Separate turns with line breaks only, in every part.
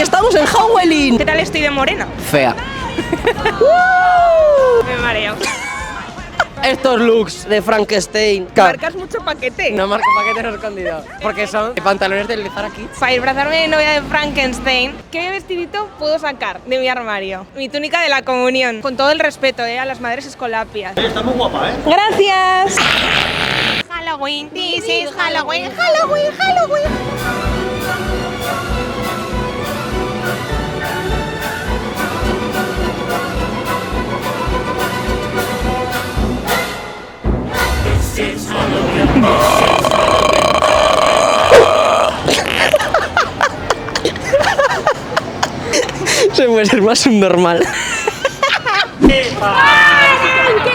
estamos en Howelin.
¿Qué tal estoy de morena?
Fea.
Me mareo.
Estos looks de Frankenstein.
Marcas mucho paquete.
No marca paquete no escondido. Porque son pantalones de Lizara Kids.
Para disfrazarme de novia de Frankenstein, ¿qué vestidito puedo sacar de mi armario? Mi túnica de la comunión, con todo el respeto ¿eh? a las madres escolapias.
Está muy guapa, ¿eh?
¡Gracias! Halloween, this is Halloween, Halloween, Halloween.
Se puede ser más un normal.
¡Qué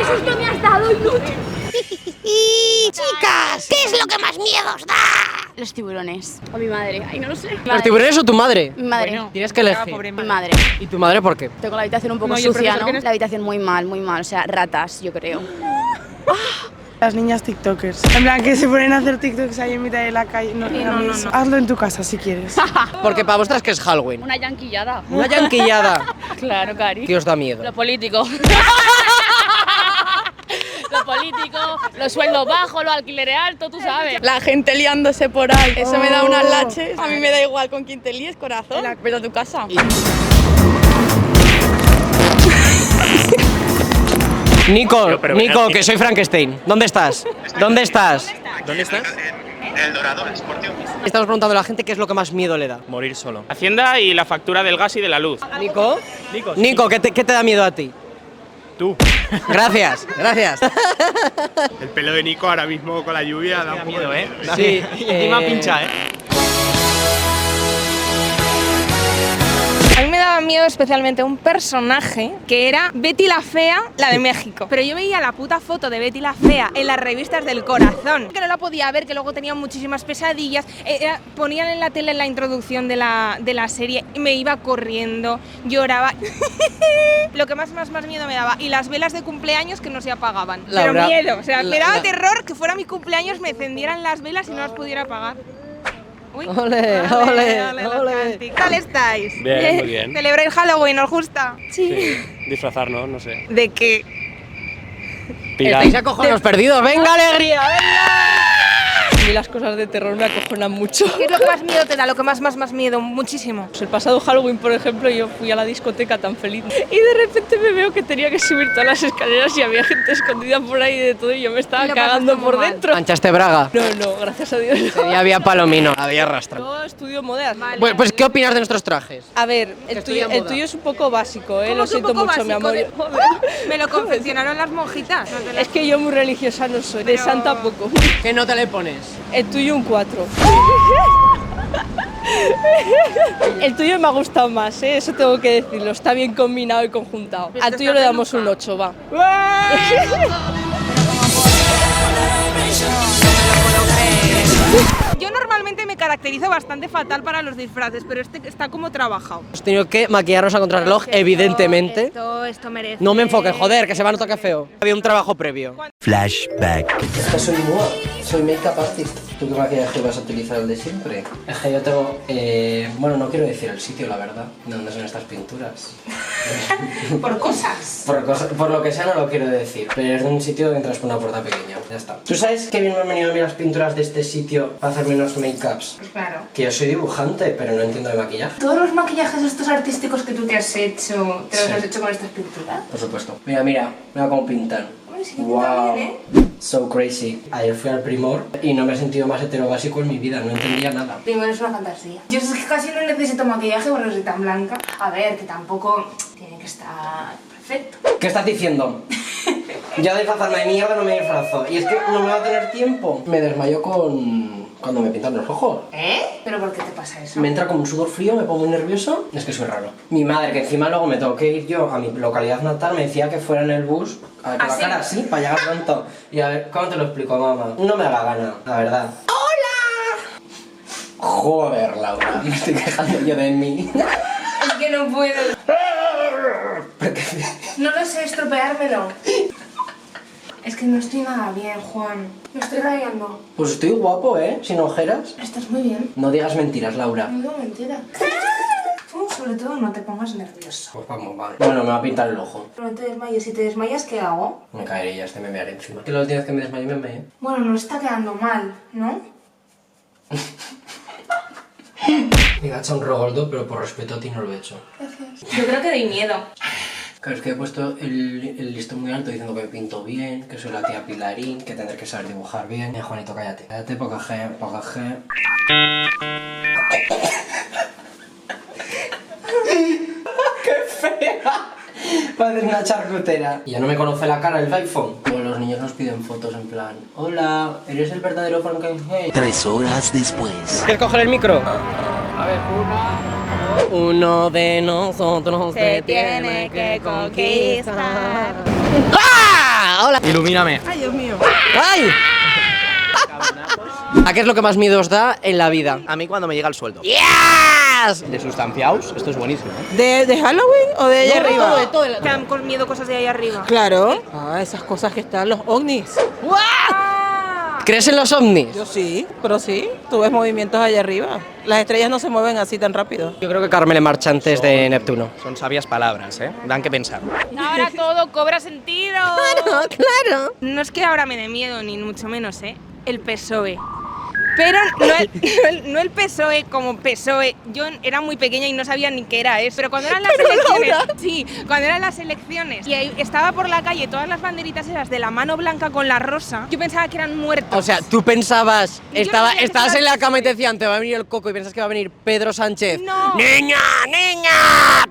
susto me has dado, inútil!
Chicas, ¿qué es lo que más miedo os da?
Los tiburones. O mi madre. Ay, no lo sé.
¿Los tiburones o tu madre?
Mi madre.
Tienes que elegir.
pobre
Mi madre.
¿Y tu madre por qué?
Tengo la habitación un poco
No, y el
sucia,
profesor
¿no?
que no es-
La habitación muy mal, muy mal. O sea, ratas, yo creo.
Las niñas TikTokers. En plan, que se ponen a hacer TikToks ahí en mitad de la calle. No, no, no, Hazlo en tu casa si quieres.
Porque para vosotras que es Halloween.
Una yanquillada.
Una yanquillada.
Claro, Cari.
¿Qué os da miedo?
Lo político. lo político, los sueldos bajos, los alquileres altos, tú sabes.
La gente liándose por ahí, eso me da
Oh.
unas laches. A mí me da igual con quién te líes, corazón. Pero a tu casa.
Nico,
Yo, pero-
Nico, que soy Frankenstein. ¿Dónde estás? ¿Dónde estás?
¿Dónde estás? En El Dorado, en Sportium.
Estamos preguntando a la gente qué es lo que más miedo le da.
Morir solo.
Hacienda y la factura del gas y de la luz.
Nico,
Nico, sí.
Nico, ¿qué te, qué te da miedo a ti?
Tú.
Gracias, gracias.
El pelo de Nico ahora mismo con la lluvia da un poco de miedo, ¿eh?
Sí,
Encima
eh,
pincha, ¿eh?
A mí me daba miedo especialmente un personaje que era Betty la Fea, la de México. Pero yo veía la puta foto de Betty la Fea en las revistas del corazón, que no la podía ver, que luego tenía muchísimas pesadillas. Eh, era- ponían en la tele la introducción de la, de la serie y me iba corriendo, lloraba. Lo que más, más, más miedo me daba. Y las velas de cumpleaños que no se apagaban.
Laura,
Pero miedo, o sea,
la-
me daba
la-
terror que fuera mi cumpleaños, me encendieran las velas y no las pudiera apagar. Uy.
Ole, ole, ole.
¿Qué tal estáis?
Bien, muy bien.
¿Celebráis Halloween? ¿Os gusta?
Disfrazarnos, no sé.
¿De qué?
Estáis a cojones perdidos, venga alegría.
A mí las cosas de terror me acojonan mucho.
¿Qué es lo que más miedo te da? Lo que más, más, más miedo, muchísimo.
Pues el pasado Halloween, por ejemplo, yo fui a la discoteca tan feliz y de repente me veo que tenía que subir todas las escaleras y había gente escondida por ahí de todo y yo me estaba
Y lo
cagando
pasaste muy
por
mal.
dentro.
Manchaste Braga.
No, no, gracias a Dios. no.
Y había palomino. Había rastro.
Yo estudio modelas.
Pues, pues, ¿qué opinas de nuestros trajes?
A ver, el tuyo,
estudian
el
moda.
tuyo es un poco básico,
¿Cómo
¿eh? lo
que un
siento
poco
mucho, mi amor.
básico? Me lo confeccionaron las monjitas. No te las-
Es que yo muy religiosa no soy, de
Pero-
santa poco.
¿Qué nota le pones?
El tuyo un 4. El tuyo me ha gustado más, ¿eh? eso tengo que decirlo. Está bien combinado y conjuntado. Al tuyo le damos un 8, va.
Yo normalmente me caracterizo bastante fatal para los disfraces, pero este está como trabajado.
Has tenido que maquillaros a contrarreloj, evidentemente.
Esto, esto merece.
No me enfoques, joder, que se va a notar que es feo. Había un trabajo previo.
Flashback.
Soy Mua, soy makeup artist. ¿Tú qué maquillaje vas a utilizar el de siempre? Es que yo tengo. eh, bueno, no quiero decir el sitio, la verdad, de dónde son estas pinturas.
Por cosas.
Por, cosa- por lo que sea, no lo quiero decir, pero es de un sitio que entras por una puerta pequeña. Ya está. ¿Tú sabes qué bien me han venido a mí las pinturas de este sitio para hacerme los make-ups?
Pues Claro.
Que yo soy dibujante, pero no entiendo de maquillaje.
Todos los maquillajes estos artísticos que tú te has hecho,
te los Sí. has
hecho con estas pinturas.
Por supuesto. Mira, mira, mira cómo pintan.
Ay, sí que pintan
wow.
bien, ¿eh?
So crazy. Ayer fui al primor y no me he sentido más heterobásico en mi vida, no entendía nada.
Primero es una fantasía. Yo es que casi no necesito maquillaje porque soy tan blanca. A ver, que tampoco tiene que estar perfecto.
¿Qué estás diciendo? Ya disfrazarme de mierda no me disfrazo. Y es que no me va a tener tiempo. Me desmayo con... cuando me pintan los ojos.
¿Eh? ¿Pero por qué te pasa eso?
Me entra como un sudor frío, me pongo muy nervioso. Es que soy raro. Mi madre, que encima luego me tengo que ir yo a mi localidad natal, me decía que fuera en el bus a
¿Ah,
con la cara así, para llegar pronto. Y a ver, ¿cómo te lo explico, mamá? No me da la gana, la verdad. ¡Hola! Joder, Laura, me estoy quejando yo de mí.
Es que no puedo.
¿Pero qué?
No lo sé estropeármelo. Es que no estoy nada bien, Juan. Me estoy rayando.
Pues estoy guapo, ¿eh? Sin ojeras.
Estás muy bien.
No digas mentiras, Laura.
No digo mentira. sobre todo no te pongas nervioso.
Pues vamos, vale. Bueno, me va a pintar el ojo.
No te desmayes, si te desmayas, ¿qué hago?
Me caeré y ya este me mearé encima. Que los días que me desmayé me meé.
Bueno, no está quedando mal, ¿no?
Me gacha un rogoldo, pero por respeto a ti no lo he hecho.
Yo creo que doy miedo.
Claro, es que he puesto el, el listón muy alto diciendo que me pinto bien, que soy la tía Pilarín, que tendré que saber dibujar bien. Eh, Juanito, cállate. Cállate, poca G, poca G. ¡Qué fea! Parece una charcutera. Y ya no me conoce la cara el iPhone. Como los niños nos piden fotos en plan, hola, ¿eres el verdadero Frankenstein?
Tres horas después.
¿Quieres coger el micro?
A ver, Uno de nosotros
Se tiene que conquistar.
¡Ah! Hola. Ilumíname.
Ay, Dios mío.
¡Ay! ¿A qué es lo que más miedo os da en la vida? A mí cuando me llega el sueldo. ¡Yes! De sustanciados, esto es buenísimo. ¿eh?
¿De, de Halloween o de allá
No,
arriba?
todo, de todo. Te dan con miedo cosas de ahí arriba.
Claro. Ah, esas cosas que están los ovnis.
¿Crees en los ovnis?
Yo sí, pero sí, tú ves movimientos allá arriba. Las estrellas no se mueven así tan rápido.
Yo creo que Carmele Marchantes de Neptuno. Son sabias palabras, ¿eh? Dan que pensar.
Ahora todo cobra sentido. Claro,
claro.
No es que ahora me dé miedo, ni mucho menos, ¿eh? El PSOE. Pero no el, no el- no el PSOE E como PSOE. Yo era muy pequeña y no sabía ni qué era eso. Pero cuando eran las
Pero,
elecciones.
Laura.
Sí, cuando eran las elecciones. Y ahí estaba por la calle todas las banderitas esas de la mano blanca con la rosa. Yo pensaba que eran muertos.
O sea, tú pensabas,
Yo
estaba,
no sabía que
estabas
estaba
en la cama y te decían, te va a venir el coco y piensas que va a venir Pedro Sánchez.
No.
¡Niña!
niña!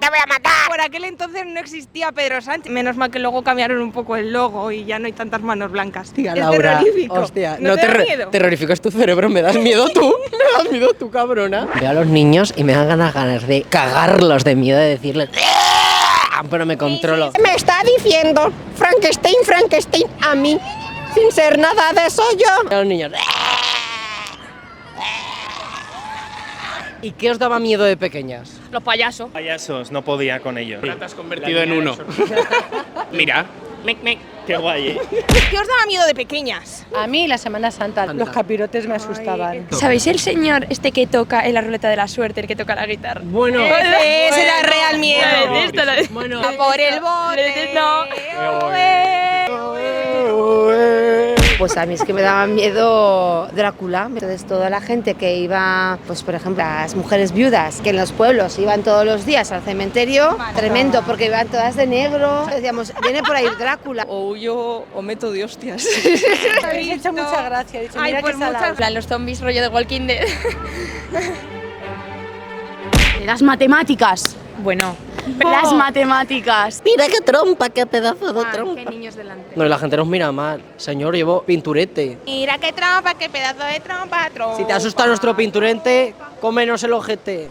¡Te voy a matar! Por aquel entonces no existía Pedro Sánchez. Menos mal que luego cambiaron un poco el logo y ya no hay tantas manos blancas.
Tía,
es
Laura,
terrorífico.
hostia,
¿No, te, da
terro-
miedo?
terrorífico es tu cerebro, me das miedo tú, me das miedo tú, cabrona. Veo a los niños y me dan ganas, ganas de cagarlos de miedo de decirles, "¡Ah!", pero me controlo.
Me está diciendo Frankenstein, Frankenstein a mí, sin ser nada de eso yo.
A los niños. ¿Y qué os daba miedo de pequeñas?
Los payasos.
Payasos, no podía con ellos. Ahora te has
Convertido en uno.
Mira. Qué guay, ¿eh?
¿Qué os daba miedo de pequeñas?
A mí la Semana Santa. Los capirotes me asustaban.
¿Sabéis el señor este que toca en la ruleta de la suerte, el que toca la guitarra?
Bueno,
Ese, ese era real miedo.
Bueno,
A por el bote.
Pues a mí es que me daba miedo Drácula. Entonces toda la gente que iba, pues por ejemplo, las mujeres viudas que en los pueblos iban todos los días al cementerio, tremendo, porque iban todas de negro. Decíamos, viene por ahí Drácula.
O huyo o meto de hostias.
Me habéis hecho mucha gracia. He dicho, mira
pues
qué salado.
En plan, los zombies rollo de Walking Dead.
Las matemáticas.
Bueno.
Las matemáticas. Mira qué trompa, qué pedazo
Ah,
de trompa.
niños delante.
No, y la gente nos mira mal. Señor, llevo pinturete.
Mira qué trampa, qué pedazo de trampa, tro-
Si te asusta nuestro pinturente, cómenos el ojete.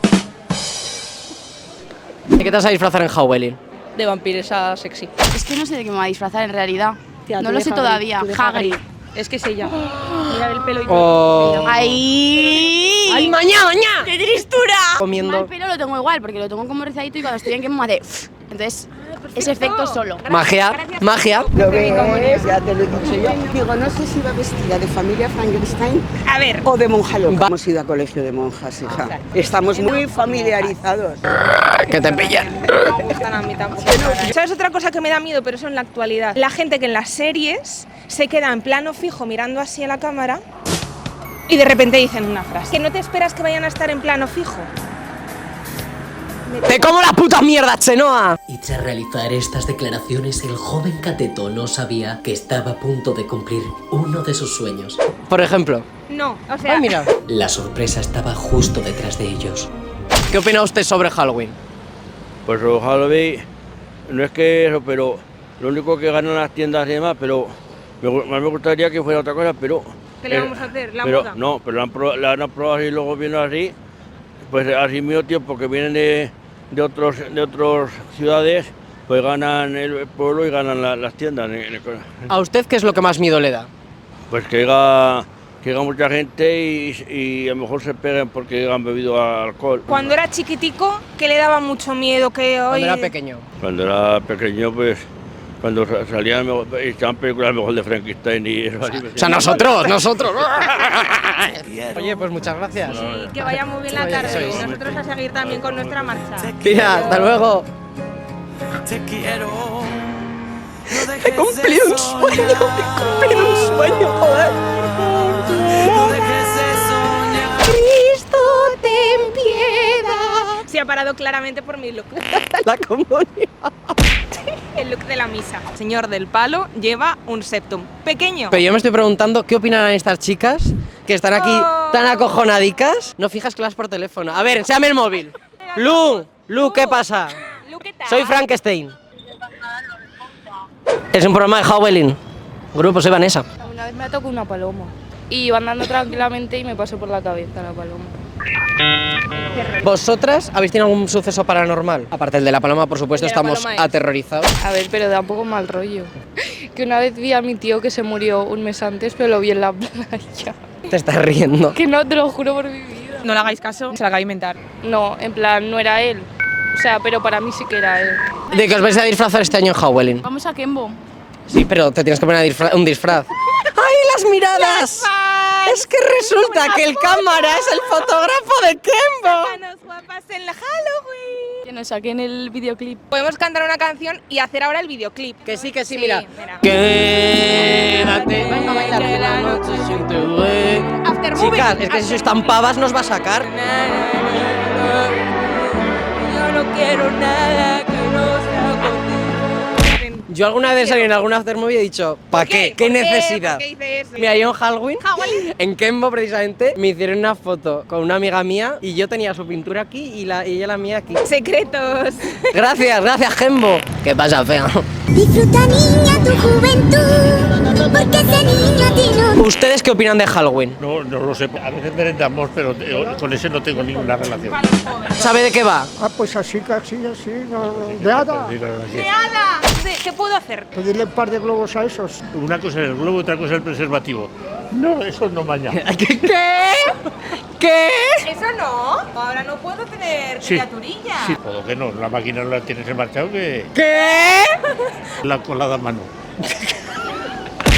¿De qué te vas a disfrazar en Halloween?
De vampiresa sexy. Es que no sé de qué me va a disfrazar en realidad.
Tía,
no
tú
lo
de
sé
Hagrid,
todavía.
tú de
Hagrid.
Hagrid.
Es que es ella.
Mira el pelo y
Oh.
todo.
¡Ay!
¡Ay, mañá, mañá!
¡Qué tristura!
Comiendo.
Mal pelo lo tengo igual, porque lo tengo como rizadito y cuando estoy en que me hace... Entonces,
Ah,
ese efecto solo.
Magia, magia.
Lo
ves, ya te lo he dicho yo. Digo, no sé si va vestida de familia Frankenstein
a ver.
o de monja loca. Hemos ido a colegio de monjas, hija. Estamos muy familiarizados.
Que te pillan.
No me gustan a mí tampoco. ¿Sabes otra cosa que me da miedo, pero eso en la actualidad? La gente que en las series se queda en plano fijo mirando así a la cámara y de repente dicen una frase. Que no te esperas que vayan a estar en plano fijo.
¡Te como la puta mierda, Chenoa!
Y tras realizar estas declaraciones, el joven cateto no sabía que estaba a punto de cumplir uno de sus sueños.
Por ejemplo,
No, o
Ah,
sea...
La sorpresa estaba justo detrás de ellos.
¿qué opina usted sobre Halloween?
Pues sobre Halloween, no es que eso, pero lo único que ganan las tiendas y demás, pero me gu- más me gustaría que fuera otra cosa, pero...
¿Qué le
eh,
vamos a hacer? ¿La
pero,
moda?
No, pero la han, pro- la han probado así y luego vienen así, pues así medio tiempo que vienen de, de otros de otras ciudades, pues ganan el pueblo y ganan la- las tiendas. en- en el co-
¿A usted qué es lo que más miedo le da?
Pues que llega, que llega mucha gente y, y a lo mejor se peguen porque han bebido alcohol.
Cuando era chiquitico, que le daba mucho miedo que hoy...
Cuando era pequeño.
Cuando era pequeño, pues Cuando sa- salían, mejor- echaban películas mejor de Frankenstein y eso. así. pues,
O sea, nosotros, nosotros. Oye, pues muchas gracias.
Que vaya muy bien la tarde. Y nosotros a seguir también con nuestra marcha.
Tía, hasta luego.
Te quiero.
He cumplido un sueño, he cumplido un sueño, joder.
Cristo, ten piedad. Se ha parado claramente por mi look.
La comunión.
El look de la misa. Señor del palo lleva un septum. Pequeño.
Pero yo me estoy preguntando qué opinarán estas chicas que están aquí
Oh.
tan acojonadicas. No fijas que las por teléfono. A ver, enséame el móvil. Lu, Lu, ¿qué pasa? Soy Frankenstein. Es un programa de Howling. Grupo, soy Vanessa.
Una vez me ha tocado una paloma. Y iba andando tranquilamente y me pasó por la cabeza la paloma.
¿Vosotras habéis tenido algún suceso paranormal? Aparte el de la paloma, por supuesto,
El de la
estamos
paloma es-
aterrorizados.
A ver, pero da un poco mal rollo. Que una vez vi a mi tío que se murió un mes antes, pero lo vi en la playa.
Te estás riendo.
Que no, te lo juro por mi vida. No le hagáis caso, se la acaba de inventar. No, en plan, no era él. O sea, pero para mí sí que era él.
¿De qué os vais a disfrazar este año en Howling?
Vamos a Kembo.
Sí, pero te tienes que poner a disfra- un disfraz. ¡Ay, las miradas! Es que resulta que el cámara es el fotógrafo de Kembo.
guapas en la Halloween. Que nos saquen el videoclip. Podemos cantar una canción y hacer ahora el videoclip.
Que sí, que sí,
mira.
Quédate, que la noche siente buen. Chicas, es que si sois tan pavas nos va a sacar.
Yo no quiero nada que no sea
Yo alguna vez salí en algún after movie y he dicho, ¿para qué? ¿Qué necesidad? Mira, yo en Halloween, en Kembo precisamente, me hicieron una foto con una amiga mía y yo tenía su pintura aquí y, la, y ella la mía aquí.
Secretos.
Gracias, gracias, Kembo. ¿Qué pasa, fea?
Disfruta, niña, tu juventud, porque ese niño tiene un...
¿Ustedes qué opinan de Halloween?
No, no lo sé. A veces merendamos, pero te- con ese no tengo ninguna relación.
¿Sabe de qué va?
Ah, pues así, casi, así, no, no, de hada.
¡Nada! ¿Qué puedo hacer?
Pedirle un par de globos a esos.
Una cosa es el globo, otra cosa es el preservativo. No, eso no maña.
¿Qué? ¿Qué?
Eso no. Ahora no puedo tener criaturilla.
Sí, todo que no. La máquina no la tienes enmarcado que
¿Qué?
la colada a mano.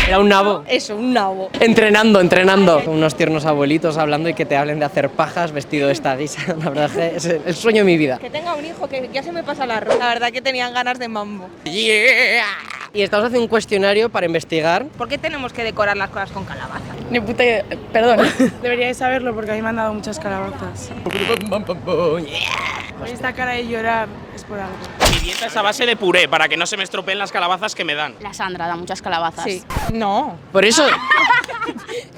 Era un nabo.
Eso, un nabo.
Entrenando, entrenando. Con unos tiernos abuelitos hablando y que te hablen de hacer pajas vestido de esta guisa. La verdad es que es el el sueño de mi vida.
Que tenga un hijo, que ya se me pasa la ropa. La verdad que tenían ganas de mambo.
Y estamos haciendo un cuestionario para investigar.
¿Por qué tenemos que decorar las cosas con calabaza?
Ni puta idea. Perdón. Deberíais saberlo porque a mí me han dado muchas calabazas. Esta cara de llorar es por algo.
Mi dieta es a base de puré para que no se me estropeen las calabazas que me dan.
La Sandra da muchas calabazas.
Sí. No.
Por eso.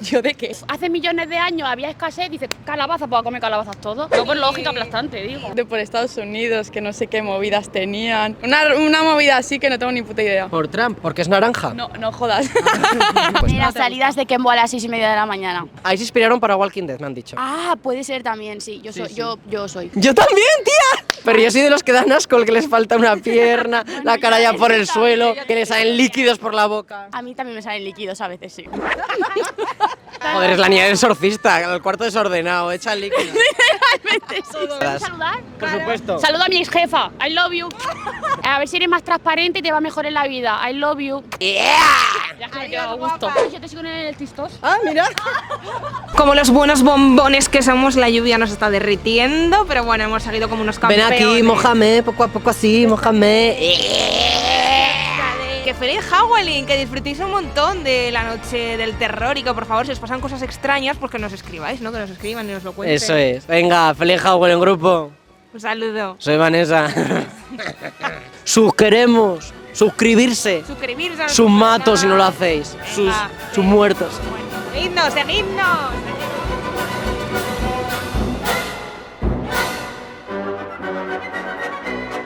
¿Yo de qué?
Hace millones de años había escasez, dice calabaza, puedo comer calabazas todo. Yo por lógica aplastante, digo.
De por Estados Unidos, que no sé qué movidas tenían. Una, una movida así que no tengo ni puta idea.
Por Trump, porque es naranja. Pues,
No, no jodas.
De las salidas de Kembo a las seis y media de la mañana.
Ahí se inspiraron para Walking Dead, me han dicho.
Ah, puede ser también, sí. Yo
Sí,
soy.
sí.
Yo, yo soy.
Yo también, tía. Pero yo soy de los que dan asco, el que les falta una pierna, la cara ya por el suelo, que les salen líquidos por la boca.
A mí también me salen líquidos a veces, sí.
Joder, es la niña del exorcista, el cuarto desordenado, echa líquidos.
¿Puedo saludar?
Por supuesto.
Saluda a mi ex jefa. I love you. A ver si eres más transparente y te va mejor en la vida. I love you. Ya se me queda a gusto. Yo te sigo en el tistos.
Ah, mira.
Como los buenos bombones que somos, la lluvia nos está derritiendo, pero bueno, hemos salido como unos
Ven
campeones.
aquí, mojame, poco a poco así, mojame.
Que feliz Halloween, que disfrutéis un montón de la noche del terror y que por favor si os pasan cosas extrañas, pues que nos escribáis, ¿no? Que nos escriban y nos lo cuenten.
Eso es. Venga, feliz Halloween en grupo.
Un saludo.
Soy Vanessa. Sus queremos. Suscribirse.
Suscribirse. a nuestro
Sus matos si no lo
canal.
hacéis. Sus,
Venga.
sus muertos.
Seguidnos, seguidnos.